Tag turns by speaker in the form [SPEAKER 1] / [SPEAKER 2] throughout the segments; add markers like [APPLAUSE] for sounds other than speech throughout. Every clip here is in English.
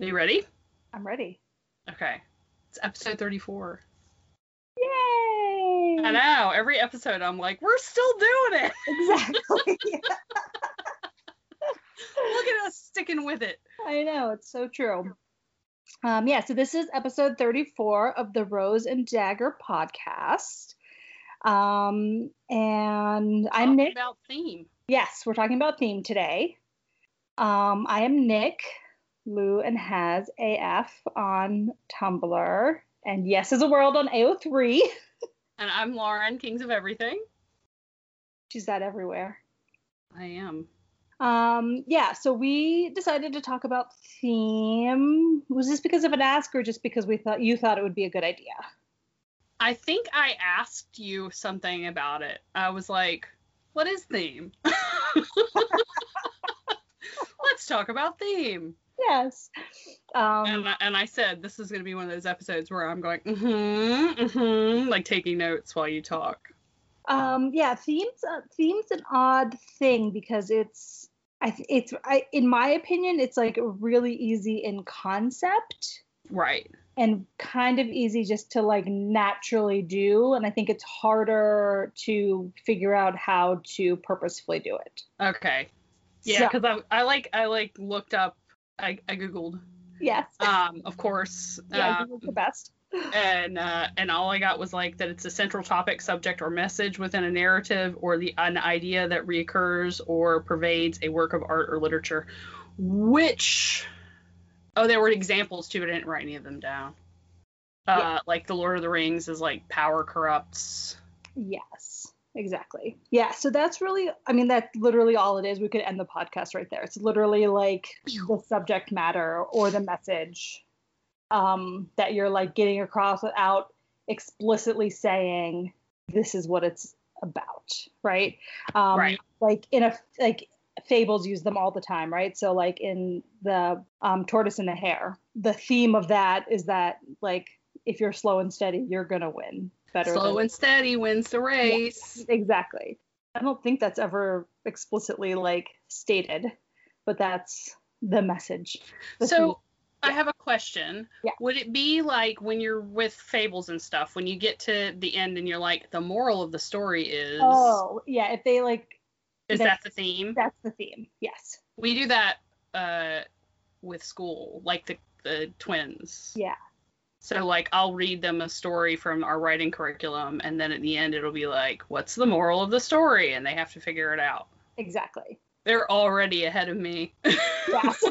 [SPEAKER 1] Are you ready?
[SPEAKER 2] I'm ready.
[SPEAKER 1] Okay. It's episode 34.
[SPEAKER 2] Yay!
[SPEAKER 1] I know. Every episode, I'm like, we're still doing it. [LAUGHS]
[SPEAKER 2] Exactly.
[SPEAKER 1] Look at us sticking with it.
[SPEAKER 2] [LAUGHS] I know, it's so true. Um, yeah, so this is episode 34 of the Rose and Dagger podcast. Um, and I'm
[SPEAKER 1] Talking
[SPEAKER 2] Nick.
[SPEAKER 1] About theme.
[SPEAKER 2] Yes, we're talking about theme today. Um, I am Nick, Lou and Has AF on Tumblr, and Yes is a World on AO3.
[SPEAKER 1] And I'm Lauren, Kings of Everything.
[SPEAKER 2] She's that everywhere.
[SPEAKER 1] I am.
[SPEAKER 2] Um, yeah, so we decided to talk about theme. Was this because of an ask or just because we thought you thought it would be a good idea?
[SPEAKER 1] I think I asked you something about it. I was like, what is theme? [LAUGHS] Let's talk about theme.
[SPEAKER 2] Yes. Um,
[SPEAKER 1] And I, and I said, this is going to be one of those episodes where I'm going, mm hmm, mm hmm, like taking notes while you talk.
[SPEAKER 2] um, yeah, themes uh, themes an odd thing because it's I th- it's I, in my opinion it's like really easy in concept
[SPEAKER 1] Right.
[SPEAKER 2] and kind of easy just to like naturally do and I think it's harder to figure out how to purposefully do it.
[SPEAKER 1] Okay. Yeah, because I, I like I like looked up I, I googled
[SPEAKER 2] Yes.
[SPEAKER 1] um of course
[SPEAKER 2] [LAUGHS] yeah,
[SPEAKER 1] um,
[SPEAKER 2] you did the best.
[SPEAKER 1] and uh, and all I got was like that it's a central topic subject or message within a narrative or the an idea that reoccurs or pervades a work of art or literature which oh there were examples too but I didn't write any of them down uh
[SPEAKER 2] Yeah.
[SPEAKER 1] like the Lord of the Rings is like power corrupts
[SPEAKER 2] Yes, exactly. Yeah, so that's really, I mean, that's literally all it is. We could end the podcast right there. It's literally like the subject matter or the message um, that you're like getting across without explicitly saying this is what it's about, right? Um,
[SPEAKER 1] Right.
[SPEAKER 2] Like in a like fables use them all the time, right? So like in the um, tortoise and the hare, the theme of that is that like if you're slow and steady, you're gonna win. Better than-
[SPEAKER 1] slow and steady wins the race
[SPEAKER 2] Exactly. I don't think that's ever explicitly like stated, but that's the message. The
[SPEAKER 1] So I have a question.
[SPEAKER 2] Yeah.
[SPEAKER 1] Would it be like when you're with fables and stuff, when you get to the end and you're like, the moral of the story is,
[SPEAKER 2] theme. oh yeah, if they like
[SPEAKER 1] is that
[SPEAKER 2] that's-
[SPEAKER 1] the theme?
[SPEAKER 2] that's the theme. Yes.
[SPEAKER 1] We do that uh, with school, like the, the twins.
[SPEAKER 2] Yeah.
[SPEAKER 1] So like I'll read them a story from our writing curriculum, and then at the end it'll be like, what's the moral of the story? And they have to figure it out.
[SPEAKER 2] Exactly.
[SPEAKER 1] They're already ahead of me. [LAUGHS]
[SPEAKER 2] Yes. [LAUGHS]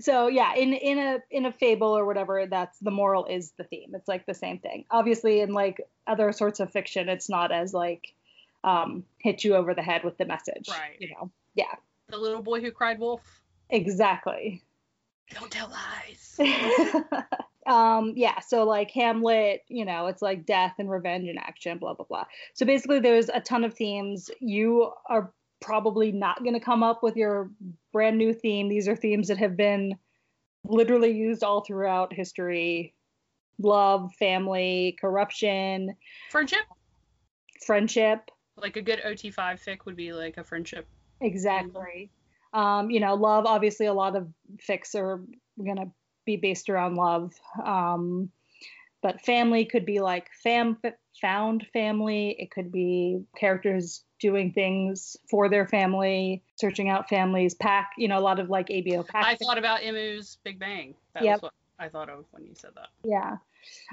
[SPEAKER 2] so yeah, in in a in a fable or whatever, that's the moral is the theme. It's like the same thing. Obviously, in like other sorts of fiction, it's not as like um hit you over the head with the message.
[SPEAKER 1] Right.
[SPEAKER 2] You know.
[SPEAKER 1] the little boy who cried wolf.
[SPEAKER 2] Exactly.
[SPEAKER 1] Don't tell
[SPEAKER 2] [LAUGHS]
[SPEAKER 1] lies.
[SPEAKER 2] um yeah so like hamlet you know it's like death and revenge and action blah blah blah so basically there's a ton of themes you are probably not going to come up with your brand new theme these are themes that have been literally used all throughout history love family corruption
[SPEAKER 1] Friendship.
[SPEAKER 2] friendship
[SPEAKER 1] like a good OT5 fic would be like a friendship.
[SPEAKER 2] Exactly. Um, you know, love, obviously, a lot of fics are going to be based around love. Um, but family could be like fam found family. It could be characters doing things for their family, searching out families, pack, you know, a lot of like ABO pack.
[SPEAKER 1] I thought about Emu's Big Bang. That was
[SPEAKER 2] Yep.
[SPEAKER 1] what I thought of when you said that.
[SPEAKER 2] yeah.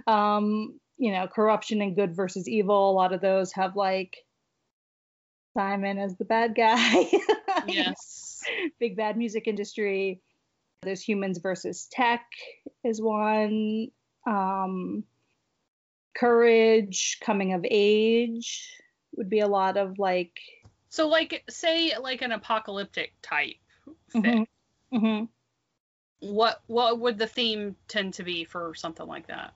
[SPEAKER 2] Um, you know, corruption and good versus evil. A lot of those have like Simon as the bad guy. [LAUGHS]
[SPEAKER 1] Yes.
[SPEAKER 2] big bad music industry. There's humans versus tech is one. Um, courage, coming of age would be a lot of like.
[SPEAKER 1] so like say like an apocalyptic type fic.
[SPEAKER 2] Mhm. Mhm.
[SPEAKER 1] What what would the theme tend to be for something like that?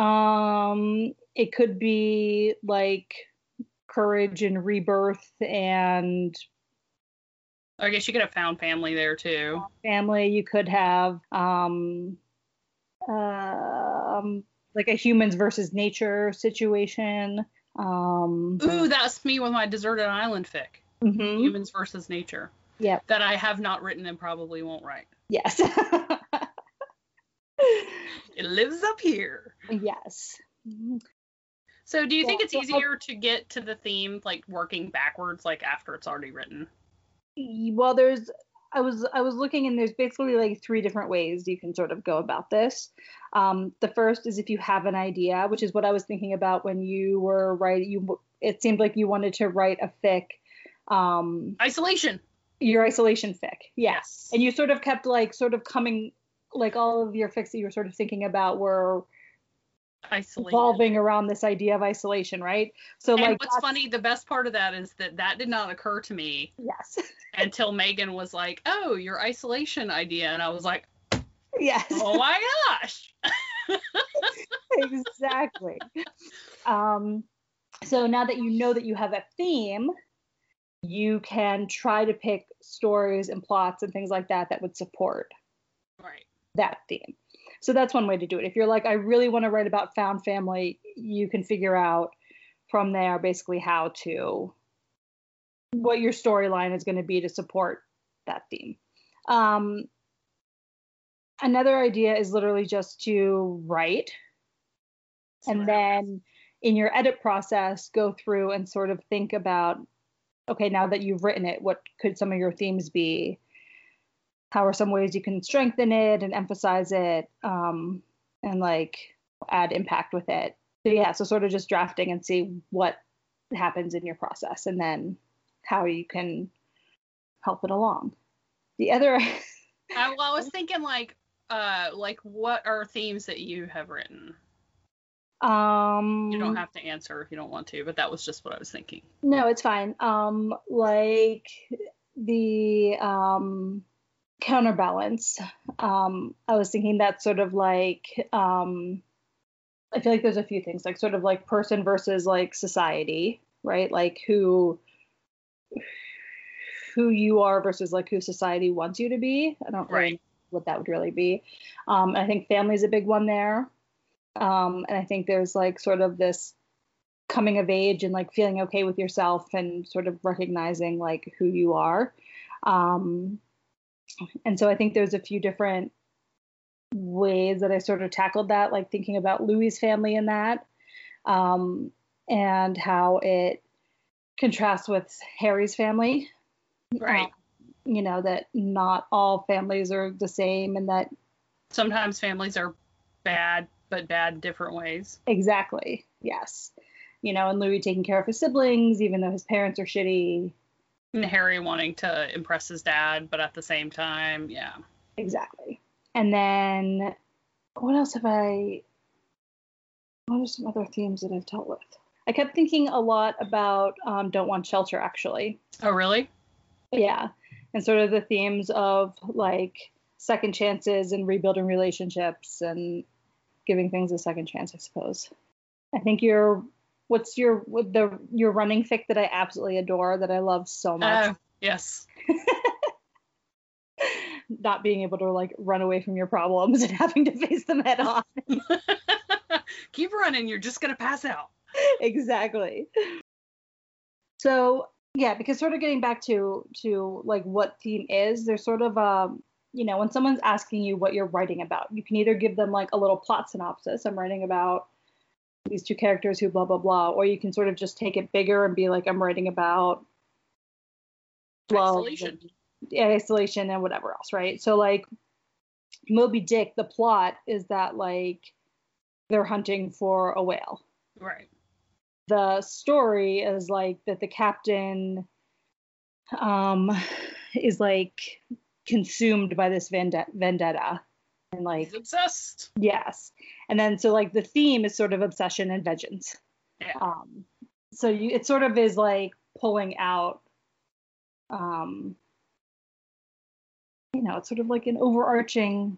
[SPEAKER 2] Um, it could be like courage and rebirth and
[SPEAKER 1] I guess you could have found family there too.
[SPEAKER 2] family. You could have um, um, like a humans versus nature situation. Um,
[SPEAKER 1] Ooh, that's me with my deserted island fic.
[SPEAKER 2] mhm.
[SPEAKER 1] Humans versus nature.
[SPEAKER 2] Yep.
[SPEAKER 1] That I have not written and probably won't write.
[SPEAKER 2] Yes. [LAUGHS]
[SPEAKER 1] It lives up here.
[SPEAKER 2] yes. Mm-hmm.
[SPEAKER 1] So do you think
[SPEAKER 2] Yeah,
[SPEAKER 1] it's
[SPEAKER 2] so I-
[SPEAKER 1] easier to get to the theme like working backwards like after it's already written?
[SPEAKER 2] well there's i was i was looking and there's basically like three different ways you can sort of go about this um, the first is if you have an idea which is what i was thinking about when you were writing you it seemed like you wanted to write a fic um,
[SPEAKER 1] Isolation.
[SPEAKER 2] your isolation fic yeah
[SPEAKER 1] Yes.
[SPEAKER 2] and you sort of kept like sort of coming like all of your fics that you were sort of thinking about were
[SPEAKER 1] Isolation.
[SPEAKER 2] revolving around this idea of isolation right so
[SPEAKER 1] and
[SPEAKER 2] like
[SPEAKER 1] what's
[SPEAKER 2] that's-
[SPEAKER 1] funny, the best part of that is that that did not occur to me
[SPEAKER 2] yes [LAUGHS]
[SPEAKER 1] until Megan was like, "Oh, your isolation idea," and I was like,
[SPEAKER 2] yes [LAUGHS]
[SPEAKER 1] "Oh my gosh!"
[SPEAKER 2] exactly. Um, so now that you know that you have a theme, you can try to pick stories and plots and things like that that would support
[SPEAKER 1] Right.
[SPEAKER 2] that theme. So that's one way to do it. If you're like, I really want to write about found family, you can figure out from there basically how to, what your storyline is going to be to support that theme. Um, another idea is literally just to write and then in your edit process go through and sort of think about okay now that you've written it what could some of your themes be how are some ways you can strengthen it and emphasize it um, and like add impact with it so yeah so sort of just drafting and see what happens in your process and then how you can help it along the other [LAUGHS]
[SPEAKER 1] I, Uh, well, I was thinking like, uh, like what are themes that you have written?
[SPEAKER 2] um
[SPEAKER 1] You don't have to answer if you don't want to, but that was just what I was thinking.
[SPEAKER 2] No, it's fine. Um, like the um, counterbalance. Um, I was thinking that sort of like um, I feel like there's a few things like sort of like person versus like society, right? Like who who you are versus like who society wants you to be. I don't really
[SPEAKER 1] Right.
[SPEAKER 2] know what that would really be. Um, and I think family is a big one there. Um, and I think there's like sort of this coming of age and like feeling okay with yourself and sort of recognizing like who you are. Um, and so I think there's a few different ways that I sort of tackled that, like thinking about Louis' family in that um, and how it contrasts with Harry's family.
[SPEAKER 1] Right.
[SPEAKER 2] Um, you know, that not all families are the same and that
[SPEAKER 1] Sometimes families are bad, but bad in different ways.
[SPEAKER 2] Exactly. Yes. You know, and Louis taking care of his siblings, even though his parents are shitty.
[SPEAKER 1] And Harry wanting to impress his dad, but at the same time, yeah.
[SPEAKER 2] Exactly. And then, what else have I? What are some other themes that I've dealt with? I kept thinking a lot about um, "Don't Want Shelter," actually.
[SPEAKER 1] Oh, really?
[SPEAKER 2] Yeah, and sort of the themes of like second chances and rebuilding relationships and giving things a second chance, I suppose. I think your what's your what the your running fic that I absolutely adore that I love so much.
[SPEAKER 1] Oh, yes. [LAUGHS]
[SPEAKER 2] Not being able to like run away from your problems [LAUGHS] and having to face them head on.
[SPEAKER 1] Keep running. You're just gonna pass out.
[SPEAKER 2] exactly. So yeah, because sort of getting back to to like what theme is, there's sort of um you know when someone's asking you what you're writing about, you can either give them like a little plot synopsis. I'm writing about these two characters who blah blah blah, or you can sort of just take it bigger and be like I'm writing about love and-
[SPEAKER 1] Isolation.
[SPEAKER 2] yeah, isolation and whatever else, right? So like Moby Dick, the plot is that like they're hunting for a whale
[SPEAKER 1] Right.
[SPEAKER 2] the story is like that the captain um is like consumed by this vende- vendetta and like
[SPEAKER 1] He's obsessed.
[SPEAKER 2] yes and then so like the theme is sort of obsession and vengeance
[SPEAKER 1] Yeah.
[SPEAKER 2] um so you it sort of is like pulling out um you know it's sort of like an overarching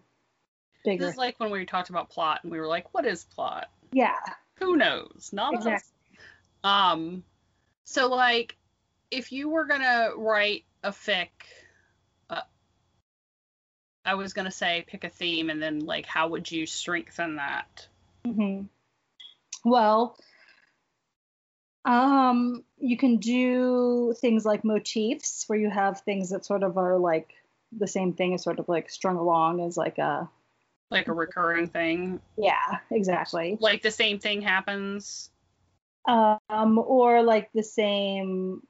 [SPEAKER 2] bigger
[SPEAKER 1] This is like when we talked about plot and we were like, what is plot?
[SPEAKER 2] yeah
[SPEAKER 1] Who knows? Not us.
[SPEAKER 2] exactly
[SPEAKER 1] Um So like, if you were gonna write a fic, uh, I was gonna say pick a theme and then like how would you strengthen that?
[SPEAKER 2] hmm Mm-hmm. Well, um, you can do things like motifs, where you have things that sort of are like the same thing is sort of like strung along as like a
[SPEAKER 1] Like a recurring thing,
[SPEAKER 2] yeah, exactly.
[SPEAKER 1] like the same thing happens.
[SPEAKER 2] Um, or like the same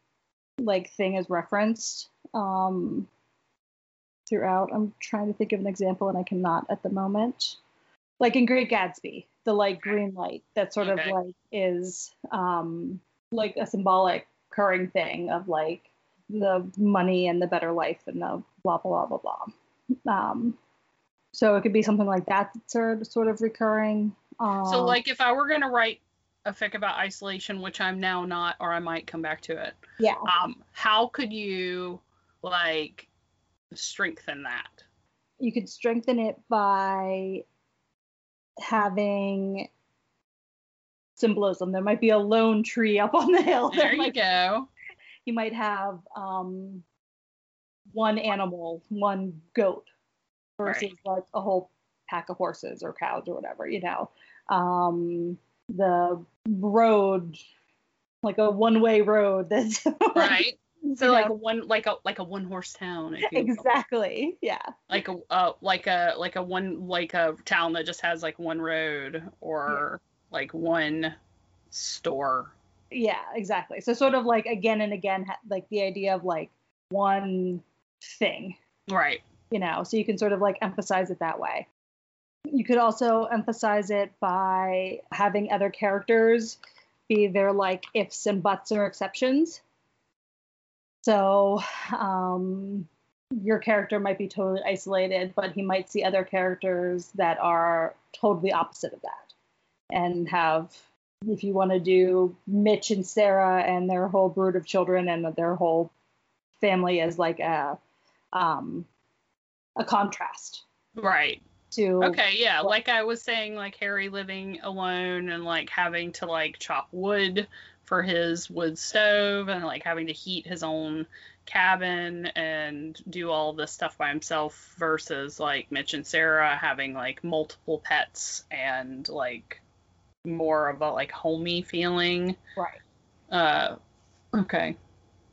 [SPEAKER 2] like thing is referenced um throughout. I'm trying to think of an example and I cannot at the moment. Like in Great Gatsby, the like green light that sort
[SPEAKER 1] Okay.
[SPEAKER 2] of like is um like a symbolic recurring thing of like the money and the better life and the blah blah blah blah blah. Um so it could be something like that that's sort of sort of recurring. Um,
[SPEAKER 1] So like, if I were gonna write a fic about isolation, which I'm now not, or I might come back to it.
[SPEAKER 2] yeah.
[SPEAKER 1] um, how could you like strengthen that?
[SPEAKER 2] you could strengthen it by having symbolism. There might be a lone tree up on the hill.
[SPEAKER 1] There you
[SPEAKER 2] might,
[SPEAKER 1] go.
[SPEAKER 2] you might have um, one animal, one goat, versus like a whole pack of horses or cows or whatever. You know, um, the road, like a one-way road. That's [LAUGHS]
[SPEAKER 1] Right.
[SPEAKER 2] you
[SPEAKER 1] So like a
[SPEAKER 2] know,
[SPEAKER 1] one like a like a one horse town. If you will.
[SPEAKER 2] exactly, yeah.
[SPEAKER 1] Like a uh, like a like a one like a town that just has like one road or like one store.
[SPEAKER 2] yeah exactly so sort of like again and again ha- like the idea of like one thing
[SPEAKER 1] Right.
[SPEAKER 2] you know so you can sort of like emphasize it that way you could also emphasize it by having other characters be their like ifs and buts or exceptions so um your character might be totally isolated but he might see other characters that are totally opposite of that and have if you want to do Mitch and Sarah and their whole brood of children and their whole family as like a um a contrast
[SPEAKER 1] Right.
[SPEAKER 2] to
[SPEAKER 1] Okay, yeah. Like I was saying, like Harry living alone and like having to like chop wood for his wood stove and like having to heat his own cabin and do all this stuff by himself versus like Mitch and Sarah having like multiple pets and like more of a like homey feeling.
[SPEAKER 2] right
[SPEAKER 1] Uh okay.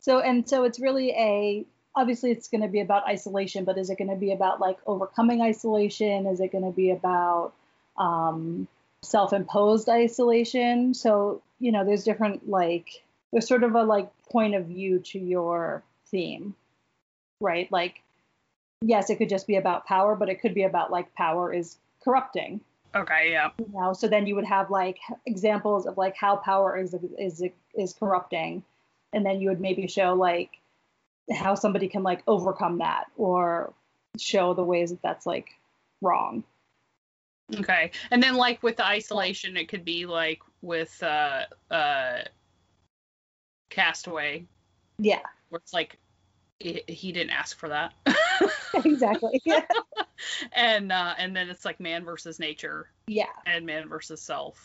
[SPEAKER 2] so and so it's really a obviously it's going to be about isolation but is it going to be about like overcoming isolation is it going to be about um self-imposed isolation so you know there's different like there's sort of a like point of view to your theme right like yes it could just be about power but it could be about like power is corrupting
[SPEAKER 1] Okay, yeah.
[SPEAKER 2] you know so then you would have like examples of like how power is is is corrupting and then you would maybe show like how somebody can like overcome that or show the ways that that's like wrong
[SPEAKER 1] Okay. And then like with the isolation it could be like with uh uh Castaway
[SPEAKER 2] yeah [LAUGHS]
[SPEAKER 1] where it's like he, he didn't ask for that [LAUGHS]
[SPEAKER 2] exactly [LAUGHS] yeah
[SPEAKER 1] and uh and then it's like man versus nature
[SPEAKER 2] yeah
[SPEAKER 1] and man versus self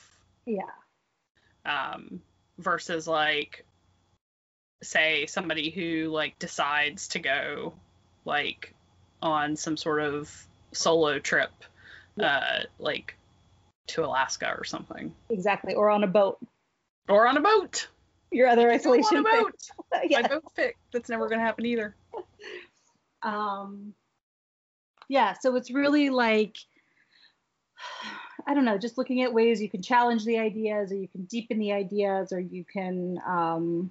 [SPEAKER 2] yeah
[SPEAKER 1] um versus like say somebody who like decides to go like on some sort of solo trip uh like to Alaska or something
[SPEAKER 2] exactly or on a boat
[SPEAKER 1] or on a boat
[SPEAKER 2] your other
[SPEAKER 1] Go on
[SPEAKER 2] isolation
[SPEAKER 1] a
[SPEAKER 2] thing.
[SPEAKER 1] boat
[SPEAKER 2] [LAUGHS] yeah
[SPEAKER 1] my boat pick that's never going to happen either
[SPEAKER 2] um yeah so it's really like i don't know just looking at ways you can challenge the ideas or you can deepen the ideas or you can um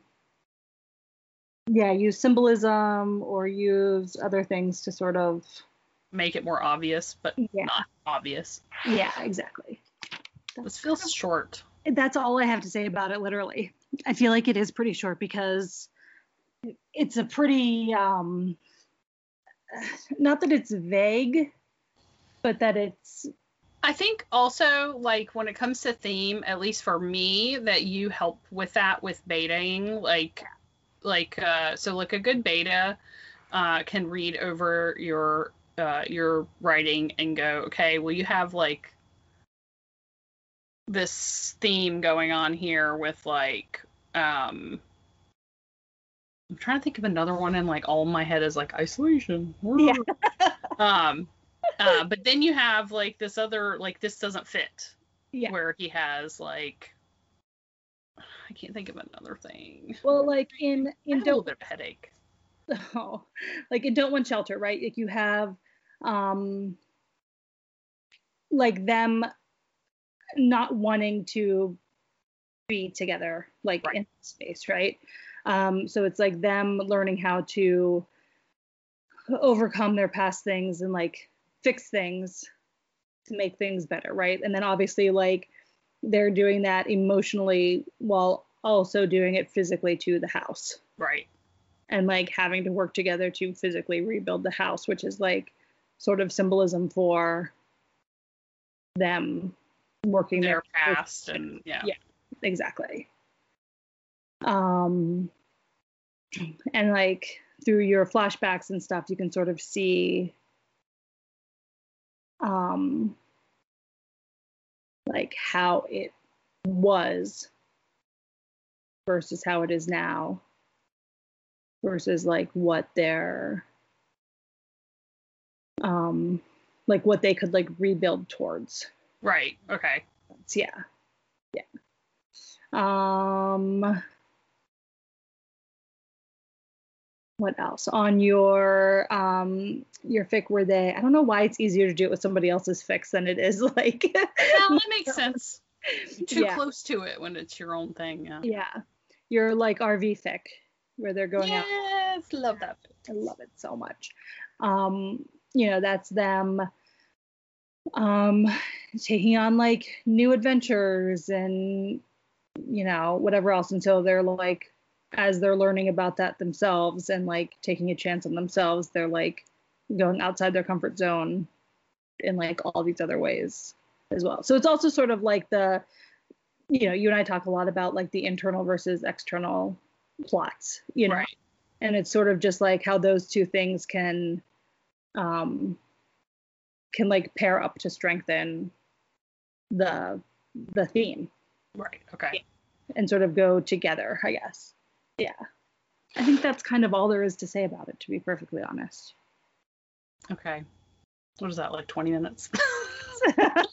[SPEAKER 2] yeah use symbolism or use other things to sort of
[SPEAKER 1] make it more obvious but
[SPEAKER 2] yeah
[SPEAKER 1] not obvious
[SPEAKER 2] yeah exactly
[SPEAKER 1] this feels short
[SPEAKER 2] that's all i have to say about it literally i feel like it is pretty short because it's a pretty um [SIGHS] not that it's vague but that it's
[SPEAKER 1] I think also like when it comes to theme, at least for me, that you help with that with betaing, like like uh, so like a good beta uh, can read over your uh, your writing and go, okay, well you have like this theme going on here with like um I'm trying to think of another one, and like all my head is like isolation.
[SPEAKER 2] Yeah.
[SPEAKER 1] [LAUGHS] um, uh, but then you have like this other like this doesn't fit.
[SPEAKER 2] Yeah.
[SPEAKER 1] Where he has like, I can't think of another thing.
[SPEAKER 2] Well, like in
[SPEAKER 1] I
[SPEAKER 2] in
[SPEAKER 1] have a little
[SPEAKER 2] don't [LAUGHS]
[SPEAKER 1] bit of a headache.
[SPEAKER 2] oh, like in don't want shelter, right? Like you have um like them not wanting to be together like
[SPEAKER 1] Right.
[SPEAKER 2] in space, right? Um so it's like them learning how to overcome their past things and like fix things to make things better, right? And then obviously like they're doing that emotionally while also doing it physically to the house
[SPEAKER 1] Right.
[SPEAKER 2] and like having to work together to physically rebuild the house, which is like sort of symbolism for them working
[SPEAKER 1] Their
[SPEAKER 2] their,
[SPEAKER 1] past and yeah.
[SPEAKER 2] Yeah. exactly. Um, and like through your flashbacks and stuff, you can sort of see, um, like how it was versus how it is now versus like what their um like what they could like rebuild towards
[SPEAKER 1] Right. Okay.
[SPEAKER 2] [LAUGHS] So, yeah yeah um what else on your um your fic were they i don't know why it's easier to do it with somebody else's fix than it is [LAUGHS] like
[SPEAKER 1] Yeah, that makes sense. Too
[SPEAKER 2] Yeah.
[SPEAKER 1] close to it when it's your own thing. Yeah.
[SPEAKER 2] yeah your like rv fic where they're going out
[SPEAKER 1] Yes, love that.
[SPEAKER 2] I love it so much. Um, you know, that's them um taking on like new adventures and you know, whatever else until they're like as they're learning about that themselves and like taking a chance on themselves, they're like going outside their comfort zone in like all these other ways as well. So it's also sort of like the you know, you and I talk a lot about like the internal versus external plots, you know
[SPEAKER 1] Right.
[SPEAKER 2] and it's sort of just like how those two things can um can like pair up to strengthen the the theme
[SPEAKER 1] Right. Okay.
[SPEAKER 2] and sort of go together i guess yeah i think that's kind of all there is to say about it to be perfectly honest
[SPEAKER 1] Okay. What is that, like 20
[SPEAKER 2] [LAUGHS]
[SPEAKER 1] minutes?
[SPEAKER 2] the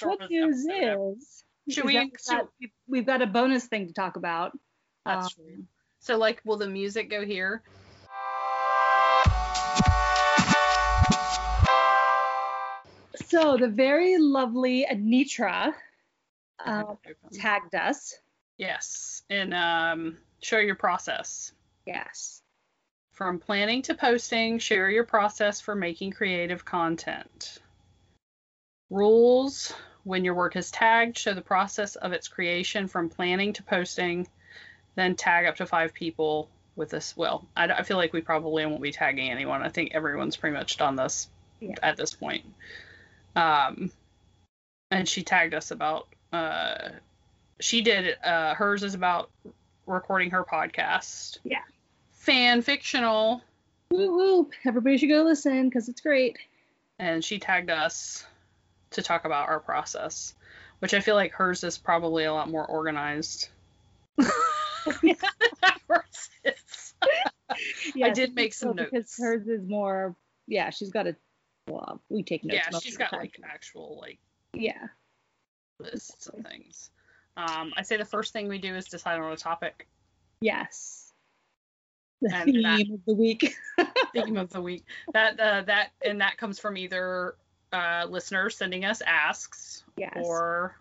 [SPEAKER 2] good news is
[SPEAKER 1] Should
[SPEAKER 2] is
[SPEAKER 1] we-
[SPEAKER 2] that we've,
[SPEAKER 1] should-
[SPEAKER 2] got, we've- we've got a bonus thing to talk about
[SPEAKER 1] That's
[SPEAKER 2] Um,
[SPEAKER 1] true. So, like, will the music go here?
[SPEAKER 2] so the very lovely anitra um,
[SPEAKER 1] Uh-huh.
[SPEAKER 2] tagged us
[SPEAKER 1] Uh, yes. And um, show your process.
[SPEAKER 2] yes
[SPEAKER 1] From planning to posting, share your process for making creative content. Rules when your work is tagged, show the process of its creation from planning to posting, then tag up to five people with this. Well, I, I feel like we probably won't be tagging anyone. I think everyone's pretty much done this
[SPEAKER 2] Yeah.
[SPEAKER 1] at this point. Um, and she tagged us about, uh, she did, uh, hers is about recording her podcast.
[SPEAKER 2] Yeah.
[SPEAKER 1] Fan fictional.
[SPEAKER 2] Woo woo. Everybody should go listen because it's great.
[SPEAKER 1] and she tagged us to talk about our process, which I feel like hers is probably a lot more
[SPEAKER 2] [LAUGHS]
[SPEAKER 1] organized. than ours is.
[SPEAKER 2] Yes,
[SPEAKER 1] did make some
[SPEAKER 2] well,
[SPEAKER 1] notes.
[SPEAKER 2] Because hers is more, yeah, she's got a, well, we take notes.
[SPEAKER 1] yeah,
[SPEAKER 2] most
[SPEAKER 1] she's
[SPEAKER 2] of the
[SPEAKER 1] got
[SPEAKER 2] time.
[SPEAKER 1] like actual like
[SPEAKER 2] yeah,
[SPEAKER 1] lists and things. Um, I say the first thing we do is decide on a topic,
[SPEAKER 2] yes. The
[SPEAKER 1] And
[SPEAKER 2] theme
[SPEAKER 1] that-
[SPEAKER 2] of the week. [LAUGHS]
[SPEAKER 1] theme of the week. That uh, that and that comes from either uh, listeners sending us asks
[SPEAKER 2] Yes.
[SPEAKER 1] or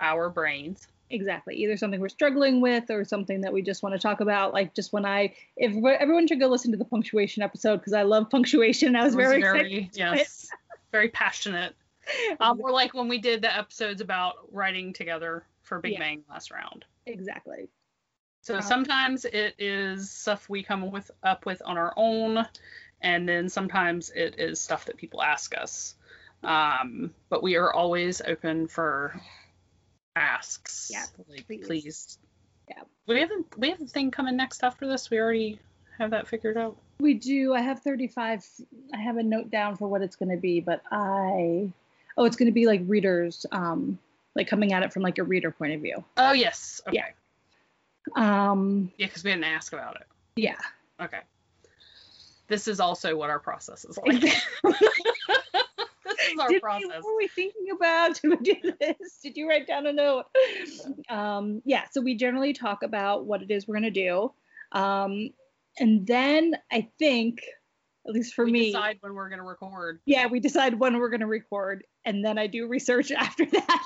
[SPEAKER 1] our brains.
[SPEAKER 2] exactly. Either something we're struggling with or something that we just want to talk about. Like just when I, if everyone should go listen to the punctuation episode because I love punctuation. I was
[SPEAKER 1] It [LAUGHS]
[SPEAKER 2] very, excited.
[SPEAKER 1] yes, very passionate. Um, or like when we did the episodes about writing together for Big
[SPEAKER 2] Yeah.
[SPEAKER 1] Bang last round.
[SPEAKER 2] exactly.
[SPEAKER 1] So
[SPEAKER 2] Um,
[SPEAKER 1] sometimes it is stuff we come with up with on our own, and then sometimes it is stuff that people ask us. Um, but we are always open for asks.
[SPEAKER 2] Yeah,
[SPEAKER 1] like,
[SPEAKER 2] please.
[SPEAKER 1] please.
[SPEAKER 2] Yeah.
[SPEAKER 1] We have a we have a thing coming next after this. We already have that figured out.
[SPEAKER 2] We do. I have 35. I have a note down for what it's going to be, but I oh, it's going to be like readers um like coming at it from like a reader point of view.
[SPEAKER 1] Oh yes. Okay.
[SPEAKER 2] Yeah. Um,
[SPEAKER 1] Yeah, because we didn't ask about it.
[SPEAKER 2] yeah.
[SPEAKER 1] Okay. This is also what our process
[SPEAKER 2] [LAUGHS]
[SPEAKER 1] is like. this is our
[SPEAKER 2] Did we,
[SPEAKER 1] process.
[SPEAKER 2] what were we thinking about? [LAUGHS] Did we do this? Did you write down a note? Um, yeah, so we generally talk about what it is we're going to do. Um, and then I think, at least for
[SPEAKER 1] we
[SPEAKER 2] me,
[SPEAKER 1] decide when we're going to
[SPEAKER 2] [LAUGHS]
[SPEAKER 1] record. [LAUGHS]
[SPEAKER 2] yeah, we decide when we're going to record. And then I do research [LAUGHS] after that.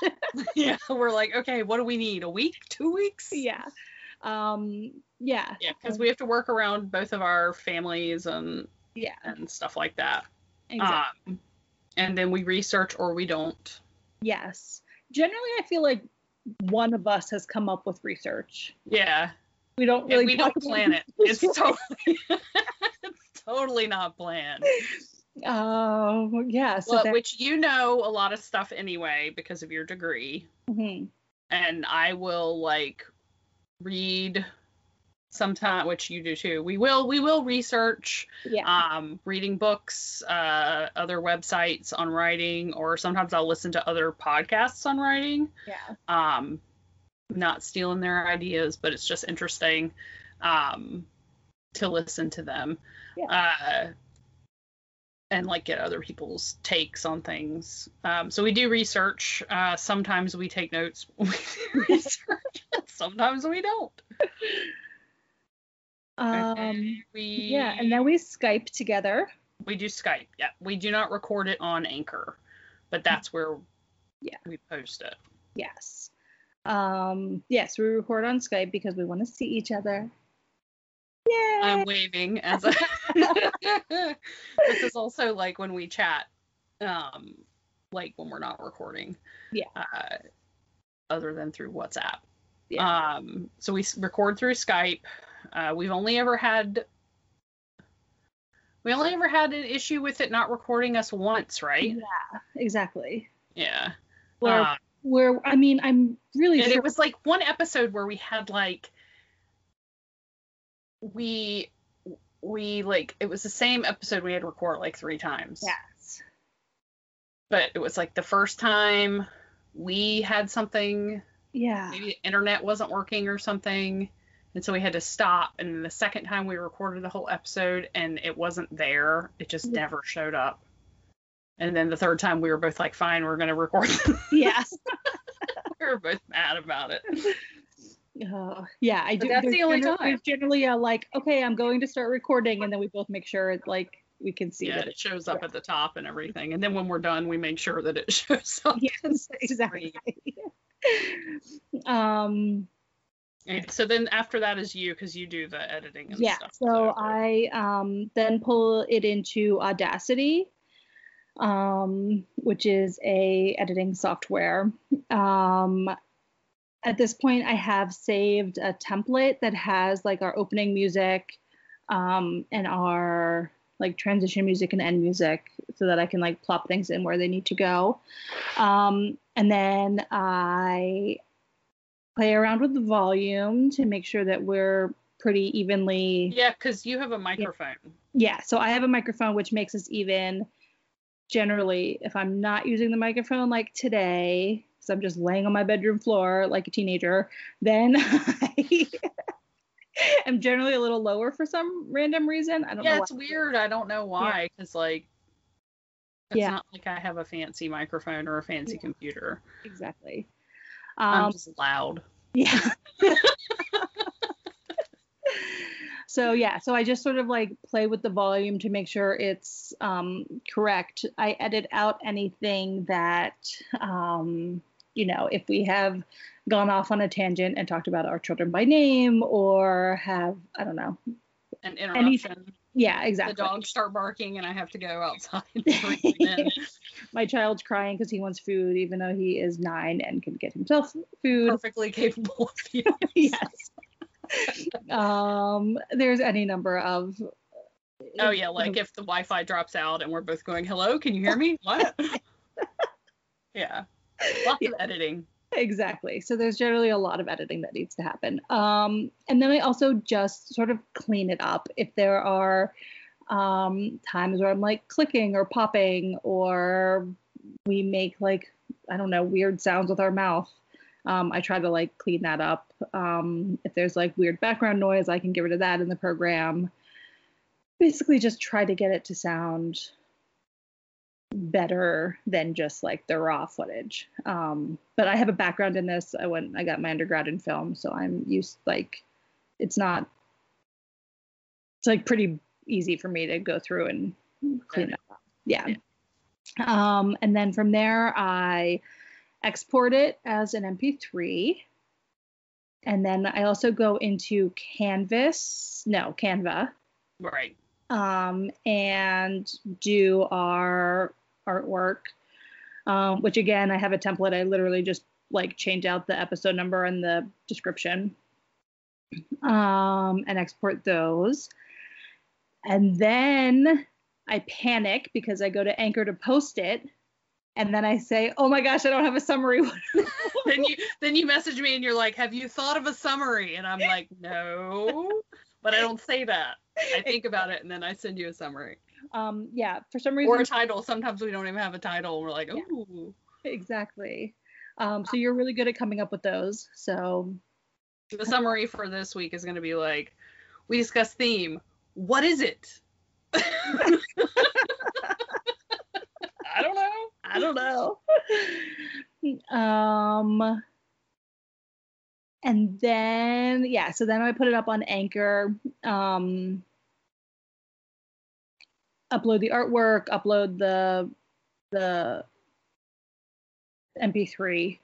[SPEAKER 1] yeah, we're like, okay, what do we need? A week? Two weeks?
[SPEAKER 2] yeah. Um, yeah.
[SPEAKER 1] Yeah, because we have to work around both of our families and
[SPEAKER 2] Yeah.
[SPEAKER 1] and stuff like that.
[SPEAKER 2] Exactly.
[SPEAKER 1] Um, and then we research or we don't.
[SPEAKER 2] yes. Generally, I feel like one of us has come up with research.
[SPEAKER 1] Yeah,
[SPEAKER 2] We don't
[SPEAKER 1] and
[SPEAKER 2] really
[SPEAKER 1] we
[SPEAKER 2] talk
[SPEAKER 1] don't
[SPEAKER 2] about
[SPEAKER 1] plan
[SPEAKER 2] [LAUGHS]
[SPEAKER 1] it. It's
[SPEAKER 2] research.
[SPEAKER 1] totally, [LAUGHS] it's totally not planned.
[SPEAKER 2] [LAUGHS] Um, yeah. So
[SPEAKER 1] Well,
[SPEAKER 2] that-
[SPEAKER 1] which you know a lot of stuff anyway because of your degree.
[SPEAKER 2] mhm.
[SPEAKER 1] and I will like read sometime which you do too. We will we will research
[SPEAKER 2] Yeah.
[SPEAKER 1] um reading books, uh other websites on writing or sometimes I'll listen to other podcasts on writing.
[SPEAKER 2] yeah.
[SPEAKER 1] Um not stealing their ideas, but it's just interesting um to listen to them. Uh and like get other people's takes on things. Um, so we do research. Uh, sometimes we take notes. [LAUGHS] when we do research. sometimes we don't.
[SPEAKER 2] Um,
[SPEAKER 1] And we
[SPEAKER 2] yeah, and then we Skype together.
[SPEAKER 1] we do Skype. Yeah, we do not record it on Anchor, but that's where
[SPEAKER 2] Yeah.
[SPEAKER 1] we post it.
[SPEAKER 2] Yes. Um, yes, we record on Skype because we want to see each other. Yay!
[SPEAKER 1] I'm waving
[SPEAKER 2] [LAUGHS]
[SPEAKER 1] as [LAUGHS] I. this is also like when we chat, um, like when we're not recording.
[SPEAKER 2] Yeah.
[SPEAKER 1] Uh, other than through WhatsApp.
[SPEAKER 2] Yeah.
[SPEAKER 1] Um, so we s- record through Skype. Uh, we've only ever had. We only ever had an issue with it not recording us once, right?
[SPEAKER 2] exactly.
[SPEAKER 1] Yeah.
[SPEAKER 2] Where,
[SPEAKER 1] Uh,
[SPEAKER 2] where, I mean, I'm really
[SPEAKER 1] and
[SPEAKER 2] sure.
[SPEAKER 1] it was like one episode where we had like we we like it was the same episode we had to record like three times
[SPEAKER 2] yes.
[SPEAKER 1] but it was like the first time we had something [LAUGHS]
[SPEAKER 2] Yeah. [LAUGHS]
[SPEAKER 1] maybe the internet wasn't working or something and so we had to stop and then the second time we recorded the whole episode and it wasn't there it just
[SPEAKER 2] Yeah.
[SPEAKER 1] never showed up and then the third time we were both like fine we're going to record [LAUGHS]
[SPEAKER 2] Yes.
[SPEAKER 1] we were both mad about it
[SPEAKER 2] Uh, yeah, I
[SPEAKER 1] But
[SPEAKER 2] do.
[SPEAKER 1] that's
[SPEAKER 2] there's
[SPEAKER 1] the only
[SPEAKER 2] gener-
[SPEAKER 1] time.
[SPEAKER 2] There's generally a like, okay, I'm going to start recording, and then we both make sure like we can see
[SPEAKER 1] yeah,
[SPEAKER 2] that.
[SPEAKER 1] it shows up at the top and everything. And then when we're done, we make sure that it [LAUGHS] shows up.
[SPEAKER 2] [LAUGHS] Yes, exactly. [LAUGHS] um,
[SPEAKER 1] And so then after that is you because you do the editing and
[SPEAKER 2] yeah
[SPEAKER 1] stuff.
[SPEAKER 2] so i um, then pull it into audacity um, which is a editing software um, at this point i have saved a template that has like our opening music um, and our like transition music and end music so that i can like plop things in where they need to go um, and then i play around with the volume to make sure that we're pretty evenly
[SPEAKER 1] Yeah, because you have a microphone.
[SPEAKER 2] yeah so i have a microphone which makes us even generally if i'm not using the microphone like today because i'm just laying on my bedroom floor like a teenager then [LAUGHS] i am generally a little lower for some random reason i don't
[SPEAKER 1] Yeah,
[SPEAKER 2] know
[SPEAKER 1] it's weird. I don't know why. Because like, it's
[SPEAKER 2] Yeah.
[SPEAKER 1] not like I have a fancy microphone or a fancy
[SPEAKER 2] Yeah.
[SPEAKER 1] computer.
[SPEAKER 2] exactly
[SPEAKER 1] I'm
[SPEAKER 2] um,
[SPEAKER 1] just loud.
[SPEAKER 2] Yeah. [LAUGHS] so yeah, so I just sort of like play with the volume to make sure it's um, correct. I edit out anything that um, you know if we have gone off on a tangent and talked about our children by name or have I don't know.
[SPEAKER 1] An
[SPEAKER 2] Anything-
[SPEAKER 1] interruption.
[SPEAKER 2] Yeah,
[SPEAKER 1] The
[SPEAKER 2] exactly.
[SPEAKER 1] dogs start barking and I have to go outside. [LAUGHS]
[SPEAKER 2] [LAUGHS]
[SPEAKER 1] for a minute.
[SPEAKER 2] My child's crying because he wants food, even though he is nine and can get himself food.
[SPEAKER 1] Perfectly capable of you.
[SPEAKER 2] [LAUGHS] yes. um, there's any number of.
[SPEAKER 1] [LAUGHS] Oh yeah, like if the Wi-Fi drops out and we're both going, "Hello, can you hear [LAUGHS] me?" What? yeah, lots of editing.
[SPEAKER 2] exactly. So there's generally a lot of editing that needs to happen. Um, and then I also just sort of clean it up if there are um, times where I'm like clicking or popping or we make like I don't know weird sounds with our mouth. Um, I try to like clean that up. Um, if there's like weird background noise, I can get rid of that in the program. Basically, just try to get it to sound better than just like the raw footage. Um, but I have a background in this. I went, I got my undergrad in film, so I'm used like it's not. It's like pretty easy for me to go through and clean it up. Yeah. Um, and then from there, I export it as an MP3. And then I also go into Canvas, no, Canva,
[SPEAKER 1] Right.
[SPEAKER 2] um, and do our artwork, um, which again, I have a template. I literally just like change out the episode number and the description um, and export those. And then I panic because I go to Anchor to post it. And then I say, oh my gosh, I don't have a summary. [LAUGHS]
[SPEAKER 1] then you then you message me and you're like, "Have you thought of a summary?" And I'm like, "No." But I don't say that. I think about it and then I send you a summary
[SPEAKER 2] um, yeah, for some reason.
[SPEAKER 1] or a title. Sometimes we don't even have a title. We're like,
[SPEAKER 2] Yeah.
[SPEAKER 1] "Ooh."
[SPEAKER 2] [LAUGHS] Exactly. Um, so you're really good at coming up with those. So
[SPEAKER 1] [LAUGHS] The summary for this week is going to be like, "We discuss theme. What is it?" [LAUGHS] I don't know.
[SPEAKER 2] I don't know. um, and then yeah, so then I put it up on Anchor. Um, upload the artwork, upload the the MP3.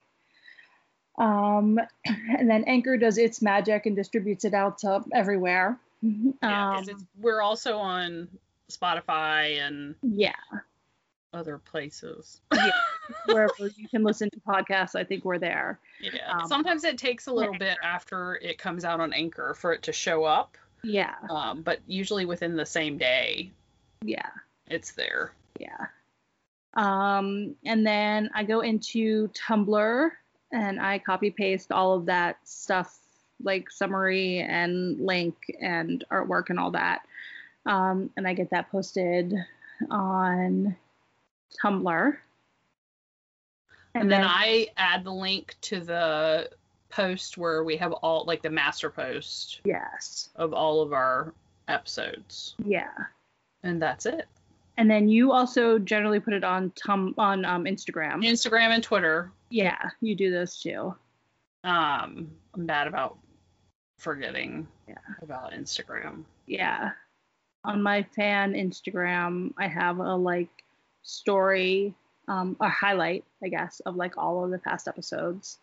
[SPEAKER 2] Um, [CLEARS THROAT] and then Anchor does its magic and distributes it out to everywhere.
[SPEAKER 1] Yeah, 'cause
[SPEAKER 2] Um,
[SPEAKER 1] it's- we're also on Spotify and
[SPEAKER 2] yeah.
[SPEAKER 1] other places.
[SPEAKER 2] wherever you can listen to podcasts. I think we're there.
[SPEAKER 1] Yeah.
[SPEAKER 2] Um,
[SPEAKER 1] Sometimes it takes a little bit after it comes out on Anchor for it to show up,
[SPEAKER 2] Yeah,
[SPEAKER 1] um, but usually within the same day,
[SPEAKER 2] yeah,
[SPEAKER 1] it's there.
[SPEAKER 2] yeah. Um, and then I go into Tumblr and I copy paste all of that stuff, like summary and link and artwork and all that. Um, and I get that posted on Tumblr.
[SPEAKER 1] And, then, I add the link to the post where we have all, like the master post
[SPEAKER 2] yes,
[SPEAKER 1] of all of our episodes.
[SPEAKER 2] yeah.
[SPEAKER 1] And that's it.
[SPEAKER 2] And then you also generally put it on Tum on um, Instagram.
[SPEAKER 1] Instagram and Twitter.
[SPEAKER 2] Yeah, you do those too.
[SPEAKER 1] Um, I'm bad about forgetting
[SPEAKER 2] Yeah.
[SPEAKER 1] about Instagram.
[SPEAKER 2] yeah on my fan instagram i have a like story um or highlight i guess of like all of the past episodes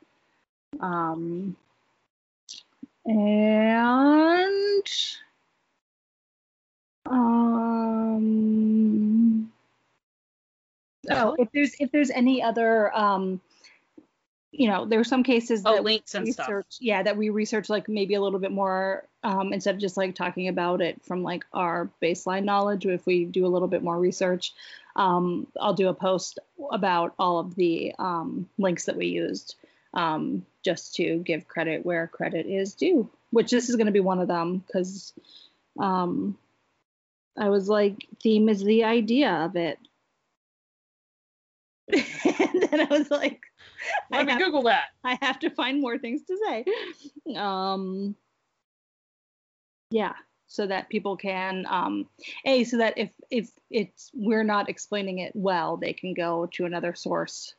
[SPEAKER 2] um and um oh if there's if there's any other um you know there were some cases
[SPEAKER 1] Oh,
[SPEAKER 2] that
[SPEAKER 1] links and stuff.
[SPEAKER 2] research yeah that we research like maybe a little bit more um, instead of just like talking about it from like our baseline knowledge if we do a little bit more research um, i'll do a post about all of the um, links that we used um, just to give credit where credit is due which this is going to be one of them because um, i was like theme is the idea of it [LAUGHS] and then i was like [LAUGHS]
[SPEAKER 1] Let
[SPEAKER 2] I
[SPEAKER 1] me
[SPEAKER 2] have-
[SPEAKER 1] Google that.
[SPEAKER 2] [LAUGHS] I have to find more things to say. Um, yeah, so that people can um, a so that if if it's we're not explaining it well, they can go to another source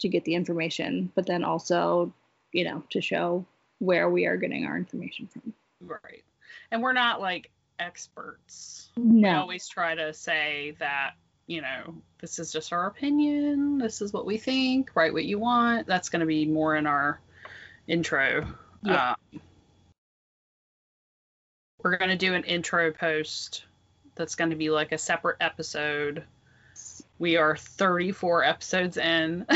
[SPEAKER 2] to get the information, but then also you know to show where we are getting our information from.
[SPEAKER 1] Right. And we're not like experts. We
[SPEAKER 2] No,
[SPEAKER 1] always try to say that, you know, this is just our opinion. This is what we think. Write what you want. That's going to be more in our intro.
[SPEAKER 2] Yeah.
[SPEAKER 1] Um, we're going to do an intro post that's going to be like a separate episode. We are 34 episodes in.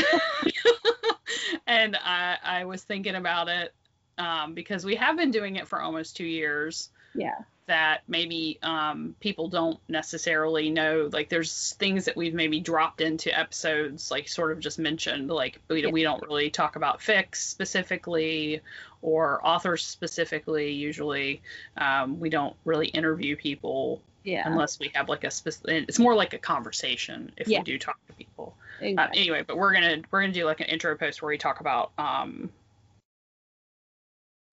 [SPEAKER 1] [LAUGHS] and I, I was thinking about it um, because we have been doing it for almost two years
[SPEAKER 2] yeah,
[SPEAKER 1] that maybe um, people don't necessarily know. Like, there's things that we've maybe dropped into episodes, like sort of just mentioned. Like, we,
[SPEAKER 2] Yeah.
[SPEAKER 1] we don't really talk about fix specifically or authors specifically. Usually, um, we don't really interview people
[SPEAKER 2] Yeah.
[SPEAKER 1] unless we have like a specific. It's more like a conversation if
[SPEAKER 2] Yeah.
[SPEAKER 1] we do talk to people. Uh,
[SPEAKER 2] exactly.
[SPEAKER 1] anyway, but we're gonna we're gonna do like an intro post where we talk about um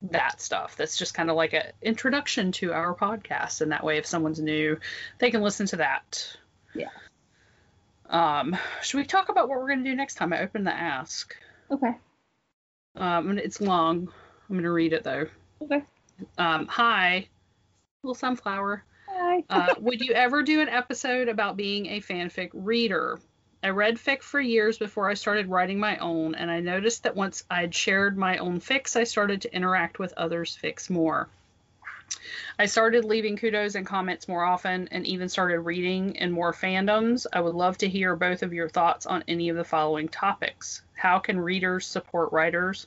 [SPEAKER 1] that stuff. That's just kind of like an introduction to our podcast, and that way, if someone's new, they can listen to that.
[SPEAKER 2] Yeah.
[SPEAKER 1] Um, should we talk about what we're gonna do next time? I opened the ask.
[SPEAKER 2] Okay.
[SPEAKER 1] Um, and it's long. I'm gonna read it though.
[SPEAKER 2] Okay.
[SPEAKER 1] Um, hi, little sunflower.
[SPEAKER 2] Hi.
[SPEAKER 1] Uh, would you ever do an episode about being a fanfic reader? I read fic for years before I started writing my own, and I noticed that once I'd shared my own fics, I started to interact with others' fics more. I started leaving kudos and comments more often and even started reading in more fandoms. I would love to hear both of your thoughts on any of the following topics. How can readers support writers?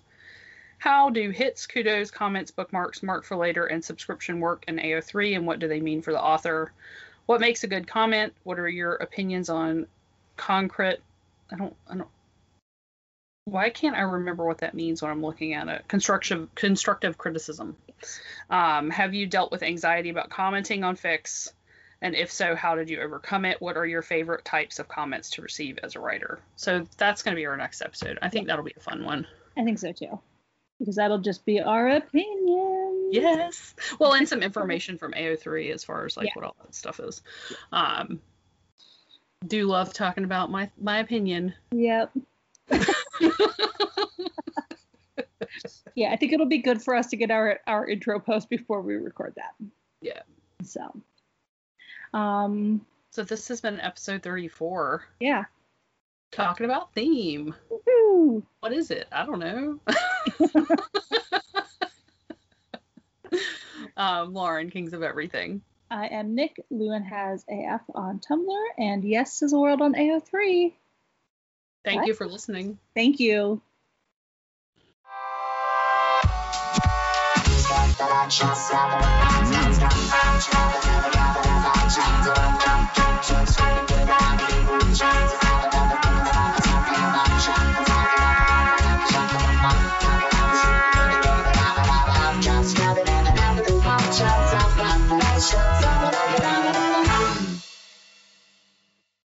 [SPEAKER 1] How do hits, kudos, comments, bookmarks, mark for later, and subscription work in AO3, and what do they mean for the author? What makes a good comment? What are your opinions on concrete? I don't, I don't. Why can't I remember what that means when I'm looking at it? Constructive, constructive criticism. Um, have you dealt with anxiety about commenting on fix? And if so, how did you overcome it? What are your favorite types of comments to receive as a writer? So that's going to be our next episode. I think that'll be a fun one.
[SPEAKER 2] I think so too. Because that'll just be our opinion.
[SPEAKER 1] Yes. Well, and some information from AO3 as far as like
[SPEAKER 2] Yeah.
[SPEAKER 1] what all that stuff is. Um, do love talking about my my opinion.
[SPEAKER 2] Yep. yeah, I think it'll be good for us to get our our intro post before we record that.
[SPEAKER 1] Yeah.
[SPEAKER 2] So. Um.
[SPEAKER 1] So this has been episode 34
[SPEAKER 2] Yeah.
[SPEAKER 1] talking about theme.
[SPEAKER 2] Woohoo.
[SPEAKER 1] What is it? I don't know.
[SPEAKER 2] [LAUGHS]
[SPEAKER 1] [LAUGHS] um, Lauren, Kings of Everything.
[SPEAKER 2] I am Nick. Lewin has AF on Tumblr, and yes is a world on AO3.
[SPEAKER 1] Thank
[SPEAKER 2] What?
[SPEAKER 1] you for listening.
[SPEAKER 2] Thank you.
[SPEAKER 3] Just that I just love it. I'm just- I'm just-